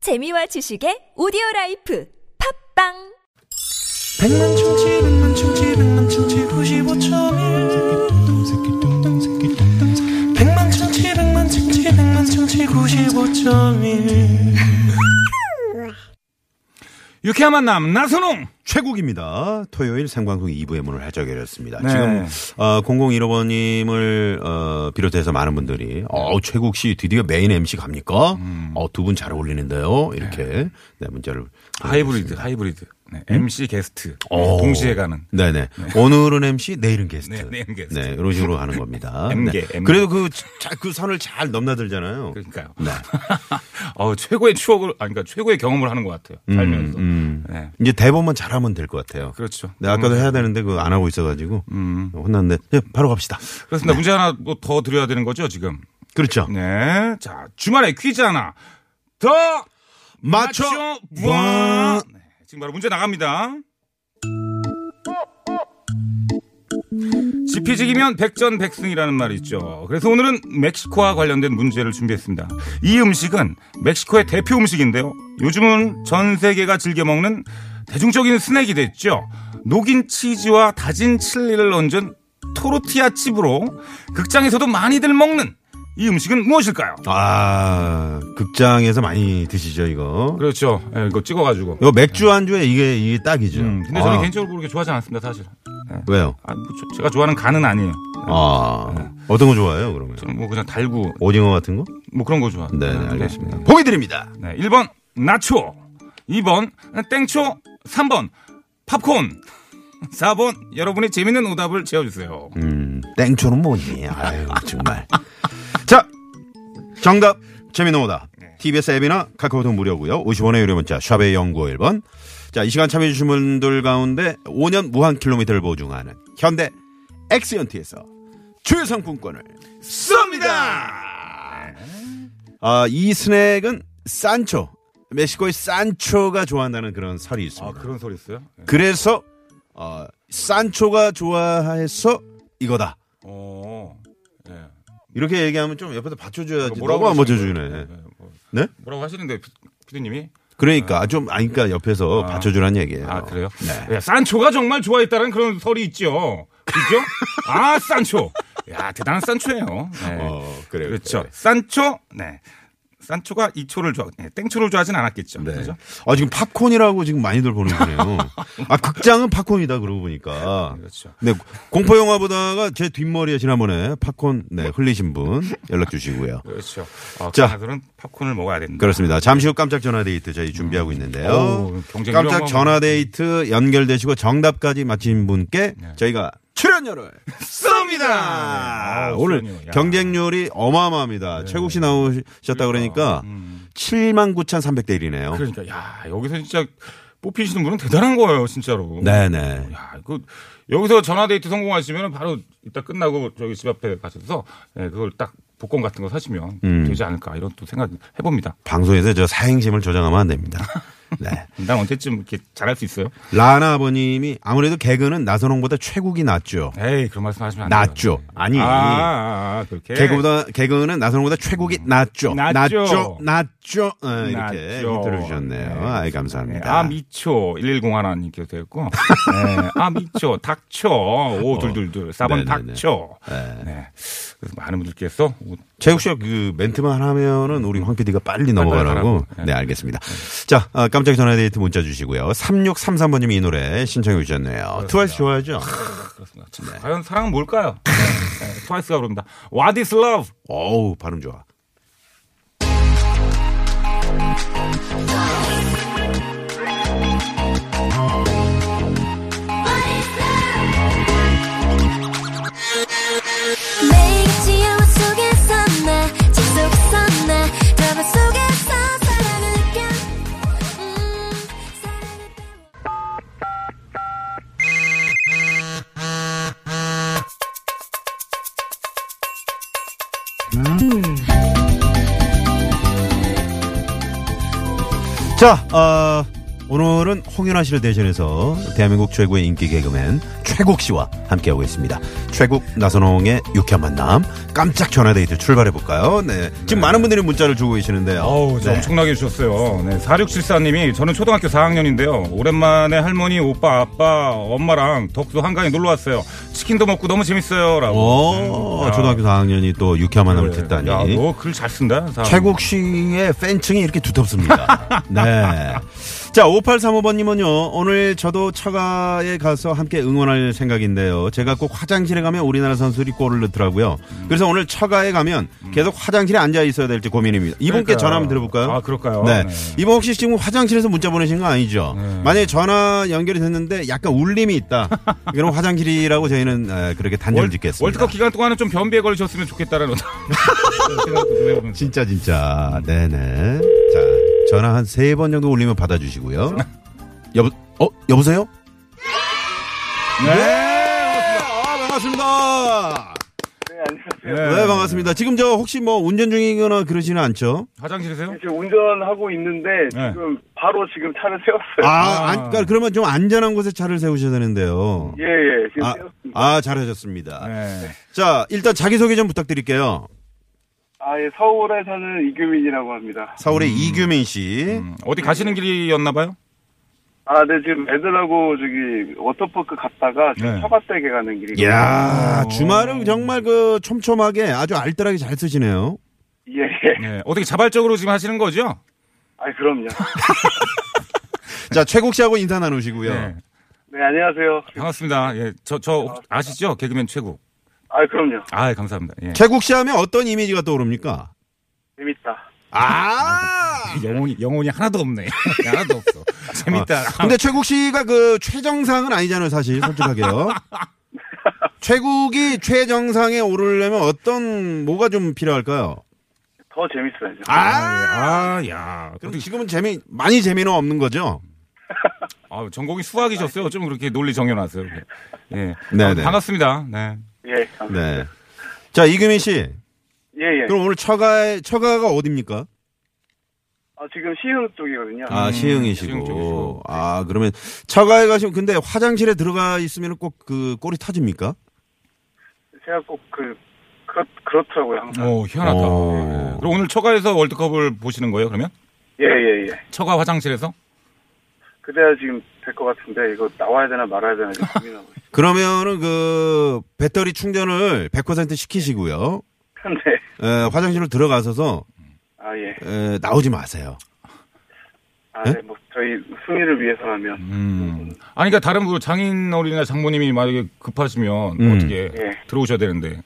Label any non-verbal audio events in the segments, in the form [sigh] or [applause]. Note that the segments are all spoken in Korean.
재미와 지식의 오디오 라이프 팝빵 백만 충치 백만 충치 백만 충치 구십오점일 백만 충치 백만 충치 백만 충치 구십오점일 [laughs] 유쾌한 만남 나선홍 최국입니다. 토요일 생방송 2부의 문을 활짝 열었습니다. 네. 지금 어, 0015번님을 어, 비롯해서 많은 분들이 네. 어, 최국 씨 드디어 메인 MC 갑니까? 음. 어, 두 분 잘 어울리는데요. 이렇게 네. 문자를 하이브리드 하이브리드 네, MC 게스트 어. 동시에 가는 네네. 오늘은 MC, 내일은 게스트. 네, 내일은 게스트. 네, 이런 식으로 [laughs] 가는 겁니다. M개, 네. M개. 그렇죠. 그래도 그, 자, 그 선을 잘 넘나들잖아요. 그러니까요. 네. [laughs] 어 최고의 추억을 아 그러니까 최고의 경험을 하는 것 같아요. 살면서 네. 이제 대본만 잘하면 될 것 같아요. 그렇죠. 음. 네, 아까도 해야 되는데 그 안 하고 있어가지고 혼났는데 네, 바로 갑시다. 그렇습니다. 문제 하나 뭐 더 드려야 되는 거죠 지금. 그렇죠. 네. 자 주말에 퀴즈 하나 더 맞춰 맞춰 봐. 봐. 네, 지금 바로 문제 나갑니다. 지피지기면 백전백승이라는 말이 있죠. 그래서 오늘은 멕시코와 관련된 문제를 준비했습니다. 이 음식은 멕시코의 대표 음식인데요. 요즘은 전 세계가 즐겨 먹는 대중적인 스낵이 됐죠. 녹인 치즈와 다진 칠리를 얹은 토로티아 칩으로 극장에서도 많이들 먹는 이 음식은 무엇일까요? 아 극장에서 많이 드시죠 이거. 그렇죠. 예, 이거 찍어가지고. 이거 맥주 안주에 이게 이게 딱이죠. 네. 음, 근데 저는 아, 개인적으로 그렇게 좋아하지 않습니다, 사실. 왜요? 아, 뭐 저- 제가 좋아하는 간은 아니에요. 아 어떤 거 좋아해요 그러면? 네. 저는 뭐 그냥 달고 오징어 같은 거? 뭐 그런 거 좋아. 네, 네 알겠습니다. 보기 드립니다. 네, 1번 나초, 2번 땡초, 3번 팝콘, [laughs] 4번 여러분의 재밌는 오답을 채워주세요. 음 땡초는 뭐니? 아유 정말. 자 정답 재미는 오다. 네. TBS 앱이나 카카오톡 무료고요. 50원의 유료 문자 샵의 0951번. 자이 시간 참여해주신 분들 가운데 5년 무한 킬로미터를 보증하는 현대 엑시언트에서 주요 상품권을 쏩니다! 아, 이 스낵은 산초. 멕시코의 산초가 좋아한다는 그런 설이 있습니다. 아, 그런 소리 있어요? 네. 그래서 어, 산초가 좋아해서 이거다. 어, 예. 이렇게 얘기하면 좀 옆에서 받쳐줘야지. 뭐라고 뭐라고 안 하시는 받쳐주네. 예, 뭐- 네? 뭐라고 하시는데, 피- 피디님이? 그러니까 좀 아니까 옆에서 받쳐주라는 얘기예요. 아, 그래요? 네. 예, 산초가 정말 좋아했다는 그런 설이 있죠. 그죠? 아, 산초. 야, 대단한 산초예요. 네. 어, 그래요. 그렇죠. 그래요. 산초, 네. 산초가 이초를 좋아, 네, 땡초를 좋아하진 않았겠죠. 네. 그죠? 아 지금 팝콘이라고 지금 많이들 보는 거네요. 아 극장은 팝콘이다 그러고 보니까. 그렇죠. 네 공포 영화 보다가 제 뒷머리에 지난번에 팝콘 네 흘리신 분 연락 주시고요. 그렇죠. 어, 자. 강아들은 팝콘을 먹어야 된다. 그렇습니다. 잠시 후 깜짝 전화 데이트 저희 준비하고 있는데요. 오, 어, 경쟁이 깜짝 어마어마하네. 전화 데이트 연결되시고 정답까지 맞힌 분께 저희가 출연료를 쏩니다. 네. 아, 오늘 출연료. 야. 네. 경쟁률이 어마어마합니다. 최국 씨 나오셨다 그러니까 79,300대 1이네요. 음. 그러니까, 야, 여기서 진짜 뽑히시는 분은 대단한 거예요, 어, 진짜로. 네네. 야, 그, 여기서 전화데이트 성공하시면 바로 이따 끝나고 저기 집 앞에 가셔서 예, 그걸 딱 복권 같은 거 사시면 되지 않을까 이런 또 생각 해봅니다. 방송에서 저 사행심을 조장하면 안 [laughs] 됩니다. 네. 난 언제쯤 이렇게 잘할 수 있어요? 라나 아버님이 아무래도 개그는 나선홍보다 최국이 낫죠. 에이, 그런 말씀 하시면 안 돼요. 낫죠. 네. 아니. 예. 아, 아, 아, 그렇게. 개그보다 개그는 나선홍보다 최고기 낫죠. 낫죠. 낫죠. 낫죠. 어, 이렇게 낫죠. 힌트를 주셨네요. 네. 아이 네, 감사합니다. 아 미초 110 하나님께서 [laughs] 되었고 네, 아 미초 닥쳐 오 둘둘둘 4번 어. 네네네. 닥쳐 네. 네. 그래서 많은 분들께서 뭐, 오, 최국 씨가 그 멘트만 하면은 우리 황 PD가 빨리 넘어가라고. 가라고. 네, 알겠습니다. 자, 아, 깜짝 전화 데이트 문자 주시고요. 3633번님이 이 노래 신청해 주셨네요. 트와이스 좋아하죠? 그렇습니다. 네. 참, 과연 사랑은 뭘까요? 네, 네, 트와이스가 부릅니다. What is love? 어우, 발음 좋아. 매일 지영 속에서 나 지속에서 나 드라마 속에서 사랑을 느껴 음, 사랑을 때문에 자, 어, 오늘은 홍윤아 씨를 대신해서 대한민국 최고의 인기 개그맨 최국 씨와 함께하고 있습니다. 최국 나선홍의 유쾌한 만남 깜짝 전화데이트 출발해볼까요? 네. 지금 많은 분들이 문자를 주고 계시는데요. 어우, 저 네. 엄청나게 주셨어요. 네, 4674님이 저는 초등학교 4학년인데요. 오랜만에 할머니, 오빠, 아빠, 엄마랑 덕수 한강에 놀러 왔어요. 치킨도 먹고 너무 재밌어요. 라고. 오, 초등학교 4학년이 또 유쾌한 만남을 듣다니. 너글 잘 쓴다. 사람. 최국 씨의 팬층이 이렇게 두텁습니다. [laughs] 네. 자, 5835번님은요, 오늘 저도 처가에 가서 함께 응원할 생각인데요. 제가 꼭 화장실에 가면 우리나라 선수들이 골을 넣더라고요. 그래서 오늘 처가에 가면 계속 화장실에 앉아 있어야 될지 고민입니다. 이분께 그러니까요. 전화 한번 드려볼까요? 아, 그럴까요? 네. 네. 이분 혹시 지금 화장실에서 문자 보내신 거 아니죠? 만약에 전화 연결이 됐는데 약간 울림이 [laughs] 있다. 그럼 화장실이라고 저희는 에, 그렇게 단정을 짓겠습니다. 월드컵 기간 동안은 좀 변비에 걸리셨으면 좋겠다라는 [laughs] 생각도 좀 해보면서. [laughs] 진짜 진짜 네네 자 전화 한 세 번 정도 울리면 받아주시고요 [laughs] 여보 어 여보세요 네. 아 반갑습니다 네, 안녕하세요. 네. 네 반갑습니다 지금 저 혹시 뭐 운전 중이거나 그러지는 않죠 화장실이세요? 네, 지금 운전하고 있는데 네. 지금 바로 지금 차를 세웠어요. 아 안- 그러니까 그러면 좀 안전한 곳에 차를 세우셔야 되는데요 예, 예. 지금 아, 세웠습니다. 아 잘하셨습니다 네. 자 일단 자기 소개 좀 부탁드릴게요 아, 예. 서울에 사는 이규민이라고 합니다. 서울의 이규민 씨 음, 어디 가시는 길이었나봐요? 아, 네. 지금 애들하고 저기 워터파크 갔다가 지금 네. 처갓댁에 가는 길이에요. 이야 아, 주말은 정말 그 촘촘하게 아주 알뜰하게 잘 쓰시네요 예, 예. 네. 어떻게 자발적으로 지금 하시는 거죠? 아, 그럼요. 자 최국 씨하고 인사 나누시고요 네. 네, 안녕하세요. 반갑습니다. 예. 저, 저, 혹- 아시죠? 개그맨 최국. 아, 그럼요. 아 감사합니다. 예. 최국 씨 하면 어떤 이미지가 떠오릅니까? 재밌다. 아! 영혼이, 영혼이 하나도 없네. [laughs] 하나도 없어. 재밌다. 아. 근데 최국 씨가 그 최정상은 아니잖아요, [laughs] 사실. 솔직하게요. 최국이 최정상에 오르려면 어떤 뭐가 좀 필요할까요? 더 재밌어야죠. 아! 아, 예. 아, 야. 그럼 어떻게- 지금은 재미 많이 재미는 없는 거죠? 아, 전공이 수학이셨어요. 좀 그렇게 논리 정해놨어요. 예. 네, 아, 네. 반갑습니다. 네. 예, 감사합니다. 네. 자, 이금희 씨. 예, 예. 그럼 오늘 처가에 처가가 어딥니까? 아, 지금 시흥 쪽이거든요. 아, 시흥 쪽이시고. 시흥이시고. 아, 그러면 처가에 가시면 근데 화장실에 들어가 있으면 꼭 그 꼬리 타집니까? 제가 꼭 그, 그렇, 그렇더라고요, 항상. 오, 희한하다. 오. 예. 그럼 오늘 처가에서 월드컵을 보시는 거예요, 그러면? 예, 예, 예. 처가 화장실에서? 그래야 지금 될 것 같은데, 이거 나와야 되나 말아야 되나 지금 고민하고 있어요. 그러면은 그 배터리 충전을 100% 시키시고요. [laughs] 근데, 에, 화장실로 들어가서서 아, 예. 에, 나오지 마세요. 아, 네, 뭐 저희 승리를 위해서라면 음. 아니, 그러니까 다른 분, 장인 어른이나 장모님이 만약에 급하시면 음. 어떻게 예. 들어오셔야 되는데.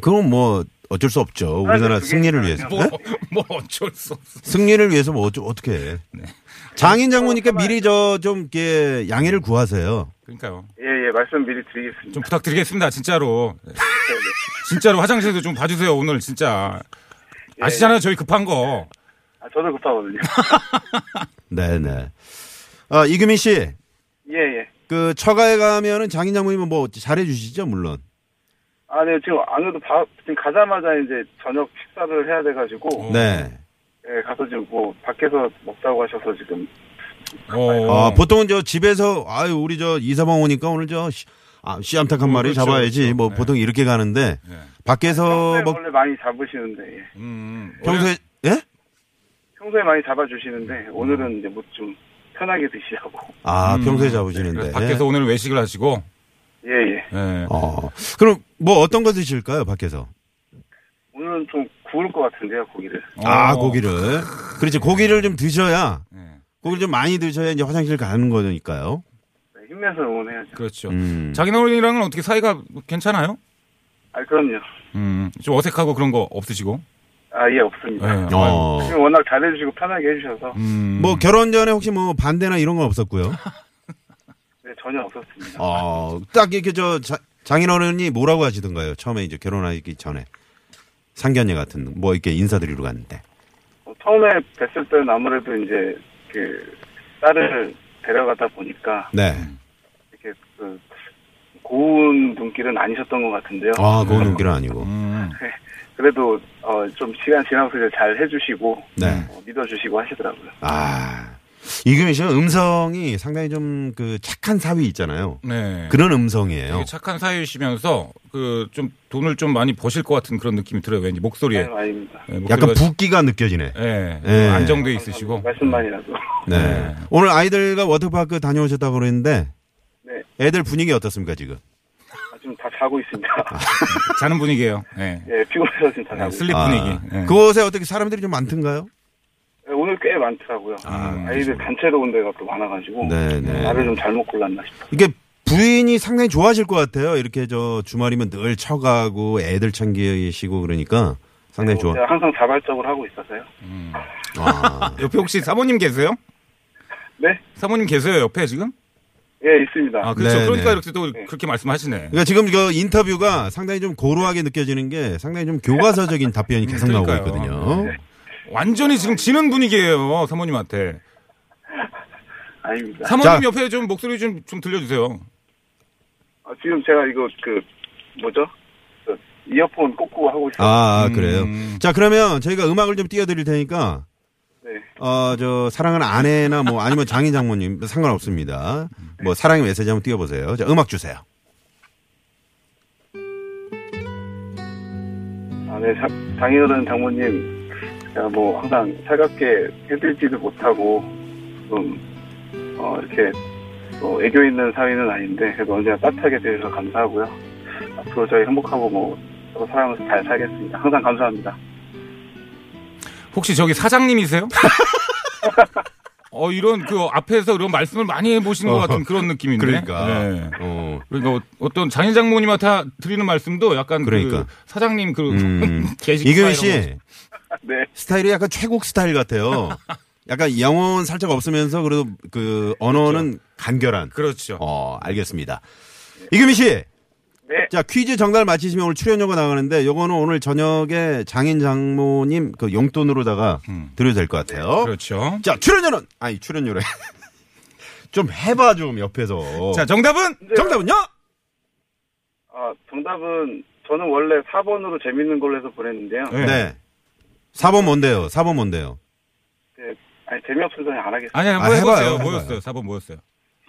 그건 뭐 어쩔 수 없죠. 우리나라 그게 승리를 그냥 위해서. 뭐, 네? 뭐 어쩔 수 없어. 승리를 위해서 뭐 어쩌, 어떻게 해. 네. 장인 장모니까 뭐 미리 저 좀 이렇게 양해를 구하세요. 그러니까요. 예예 말씀 미리 드리겠습니다. 좀 부탁드리겠습니다, 진짜로. 네, 네. 진짜로 화장실에서 좀 봐주세요, 오늘 진짜. 예. 아시잖아요, 저희 급한 거. 아, 저도 급하거든요. [laughs] 네네. 아, 이금희 씨. 예예. 그 처가에 가면은 장인 장모님은 뭐 잘해 주시죠, 물론. 아, 네 지금 안 그래도 밥 지금 가자마자 이제 저녁 식사를 해야 어. 돼가지고 네. 예 가서 지금 뭐 밖에서 먹자고 하셔서 지금 예. 어. 아, 보통은 저 집에서 아유, 우리 저 이사방 오니까 오늘 저 씨, 아, 씨암탉 한 어, 마리 그렇죠, 잡아야지. 그렇죠. 뭐 네. 보통 이렇게 가는데 네. 밖에서 평소에 먹 원래 많이 잡으시는데 예. 음, 음. 평소에 예? 평소에 많이 잡아주시는데 오늘은 이제 뭐 좀 편하게 드시라고. [laughs] 아, 평소에 음. 네, 그래서 잡으시는데. 밖에서 오늘 외식을 하시고. 예예. 예. 어. 그럼 뭐 어떤 거 드실까요, 밖에서? 오늘은 좀 구울 것 같은데요 고기를. 아, 어. 고기를. 그렇지. 고기를 좀 드셔야 예. 고기를 좀 많이 드셔야 이제 화장실 가는 거니까요. 네, 힘내서 응원해야죠. 그렇죠. 음. 자기 어른이랑은 어떻게 사이가 괜찮아요? 아 그럼요. 음, 좀 어색하고 그런 거 없으시고. 아 예 없습니다. 예. 어. 지금 워낙 잘해주시고 편하게 해주셔서 음. 뭐 결혼 전에 혹시 뭐 반대나 이런 건 없었고요. 네, 전혀 없었습니다. 어. 딱 이렇게 저 자- 장인어른이 뭐라고 하시던가요? 처음에 이제 결혼하기 전에 상견례 같은 뭐 이렇게 인사드리러 갔는데. 어, 처음에 뵀을 때는 아무래도 이제 그 딸을 데려가다 보니까 네. 이렇게 그 고운 눈길은 아니셨던 것 같은데요. 아, 고운 눈길은 아니고. 음. 그래도 어, 좀 시간 지나서 이제 잘 해주시고 네. 어, 믿어주시고 하시더라고요. 아. 이금희 씨는 음성이 상당히 좀 그 착한 사위 있잖아요. 네. 그런 음성이에요. 되게 착한 사이시면서 그 좀 돈을 좀 많이 버실 것 같은 그런 느낌이 들어요. 왠지 목소리에. 아유, 아닙니다. 네, 목소리가 약간 붓기가 느껴지네. 예, 예. 안정돼 있으시고. 말씀만이라도. 네. 오늘 아이들과 워터파크 다녀오셨다고 그러는데 네. 애들 분위기 어떻습니까 지금? 아, 지금 다 자고 있습니다. 자는 분위기예요. 예. [laughs] 예, 피곤해서 지금 다 네, 자고 슬립 아, 분위기. 예. 그곳에 어떻게 사람들이 좀 많던가요? 예, 오늘 꽤 많더라고요. 아, 이들 단체로 온 데가 또 많아가지고 네, 네. 나를 좀 잘못 골랐나 싶어요. 이게 부인이 상당히 좋아하실 것 같아요. 이렇게 저 주말이면 늘 쳐가고 애들 챙기시고 그러니까 상당히 좋아. 제가 항상 자발적으로 하고 있어서요. 아, 옆에 혹시 사모님 계세요? 네, 사모님 계세요 옆에 지금? 예 있습니다. 아 그렇죠. 네, 그러니까 네. 이렇게 또 그렇게 말씀하시네. 그러니까 지금 그 인터뷰가 상당히 좀 고루하게 느껴지는 게 상당히 좀 [laughs] 교과서적인 답변이 계속 나오고 그러니까요. 있거든요. 네. 완전히 지금 지는 분위기예요 사모님한테. 아닙니다. 사모님 자. 옆에 좀 목소리 좀 좀 들려주세요. 아, 지금 제가 이거 그 뭐죠? 그 이어폰 꽂고 하고 있어요. 아, 아, 그래요. 음. 자, 그러면 저희가 음악을 좀 띄워드릴 테니까 네. 어, 저, 사랑하는 아내나 뭐 아니면 장인 장모님 상관없습니다. 뭐 사랑의 메시지 한번 띄워보세요. 자, 음악 주세요. 아, 네, 사- 장인어른 장모님, 제가 뭐 항상 살갑게 해드리지도 못하고, 좀, 어, 이렇게, 뭐 애교 있는 사위는 아닌데, 그래도 언제나 따뜻하게 대해서 감사하고요. 앞으로 저희 행복하고 뭐, 서로 사랑하면서 잘 살겠습니다. 항상 감사합니다. [laughs] 혹시 저기 사장님이세요? [laughs] 어 이런 그 앞에서 이런 말씀을 많이 해보신 것 같은 어, 그런 느낌인데. 그러니까. 네. 어. 그러니까 어- 어떤 장인 장모님한테 드리는 말씀도 약간 그 그러니까. 사장님 그 [laughs] 음. 게시판 이금희 이런 거. 씨 네, 스타일이 약간 최국 [laughs] 스타일 같아요. 약간 영혼 살짝 없으면서 그래도 그 언어는 간결한. 그렇죠. 어, 알겠습니다. 이금희 씨. 네. 자, 퀴즈 정답을 맞히시면 오늘 출연료가 나가는데 요거는 오늘 저녁에 장인 장모님 그 용돈으로다가 드려도 될 것 같아요. 음. 그렇죠. 자, 출연료는 아니, 출연료래. [laughs] 좀 해봐 좀 옆에서. 자 정답은 정답은요? 아, 정답은, 저는 원래 4번으로 재밌는 걸로 해서 보냈는데요. 네. 네. 4번 뭔데요? 4번 뭔데요? 네, 아니, 재미없어서 그냥 안 하겠습니다. 아니, 아니 아, 뭐 해봐요, 해보세요. 해봐요. 뭐였어요? 4번 뭐였어요?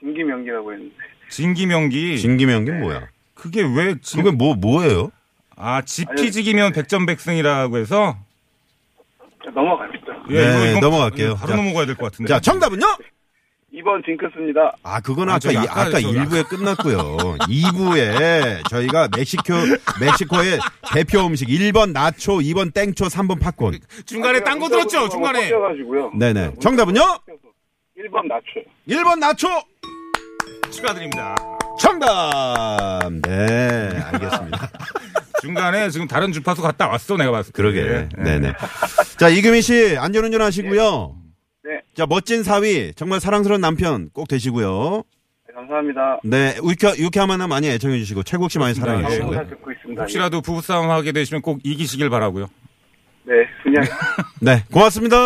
김기명기라고 했는데. 진기명기. 진기명기 뭐야? 그게 왜 진... 그게 뭐 뭐예요? 아, 지피지기면 백전백승이라고 해서 예, 넘어가겠죠. 네, 넘어갈게요. 바로 자. 넘어가야 될 것 같은데. 자, 정답은요? 2번 징크스입니다. 아, 그건 아, 아까 저기 이- 아까 아까 저기 1부에 끝났고요. 2부에 저희가 멕시코 멕시코의 대표 음식 1번 나초, 2번 땡초, 3번 팝콘. 중간에 네, 딴 거 들었죠? 중간에. 꽂혀가지고요. 네, 네. 정답은요? 1번 낮춰요. 네, 1번 나초. 축하드립니다. 정답. 네, 알겠습니다. 중간에 지금 다른 주파수 갔다 왔어, 내가 봤을 때. [laughs] 그러게. 예. 네, 네. 자, 이금희 씨 안전운전 하시고요. 네. 자, 멋진 사위, 정말 사랑스러운 남편 꼭 되시고요. 네, 감사합니다. 네, 유쾌, 유쾌한 만남 많이 애청해 주시고, 최국 씨 많이 사랑해 네, 방송 주시고요. 잘 듣고 있습니다. 혹시라도 부부싸움 하게 되시면 꼭 이기시길 바라고요. 네, 그냥 네, 고맙습니다.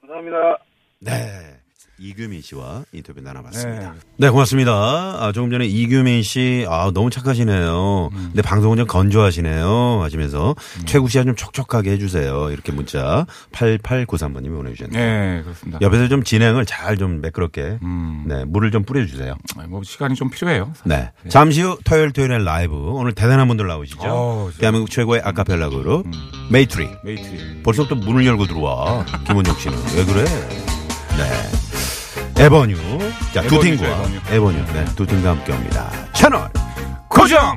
감사합니다. 네. 이규민 씨와 인터뷰 나눠봤습니다. 네, 고맙습니다. 아, 조금 전에 이규민 씨, 아, 너무 착하시네요. 음. 근데 방송은 좀 건조하시네요. 하시면서 최국 씨가 좀 촉촉하게 해주세요. 이렇게 문자 8893번님이 보내주셨네요. 네, 그렇습니다. 옆에서 좀 진행을 잘 좀 매끄럽게, 음. 네, 물을 좀 뿌려주세요. 아, 뭐 시간이 좀 필요해요. 네. 잠시 후 토요일 토요일에 라이브. 오늘 대단한 분들 나오시죠. 어우, 음. 진짜. 대한민국 최고의 아카펠라 그룹, 메이트리. 메이트리. 벌써부터 문을 열고 들어와. 김원혁 씨는. 왜 그래? 네. 에버뉴. 자, 두 에버뉴죠, 팀과. 에버뉴. 네. 두 팀과 함께 합니다. 채널! 고정!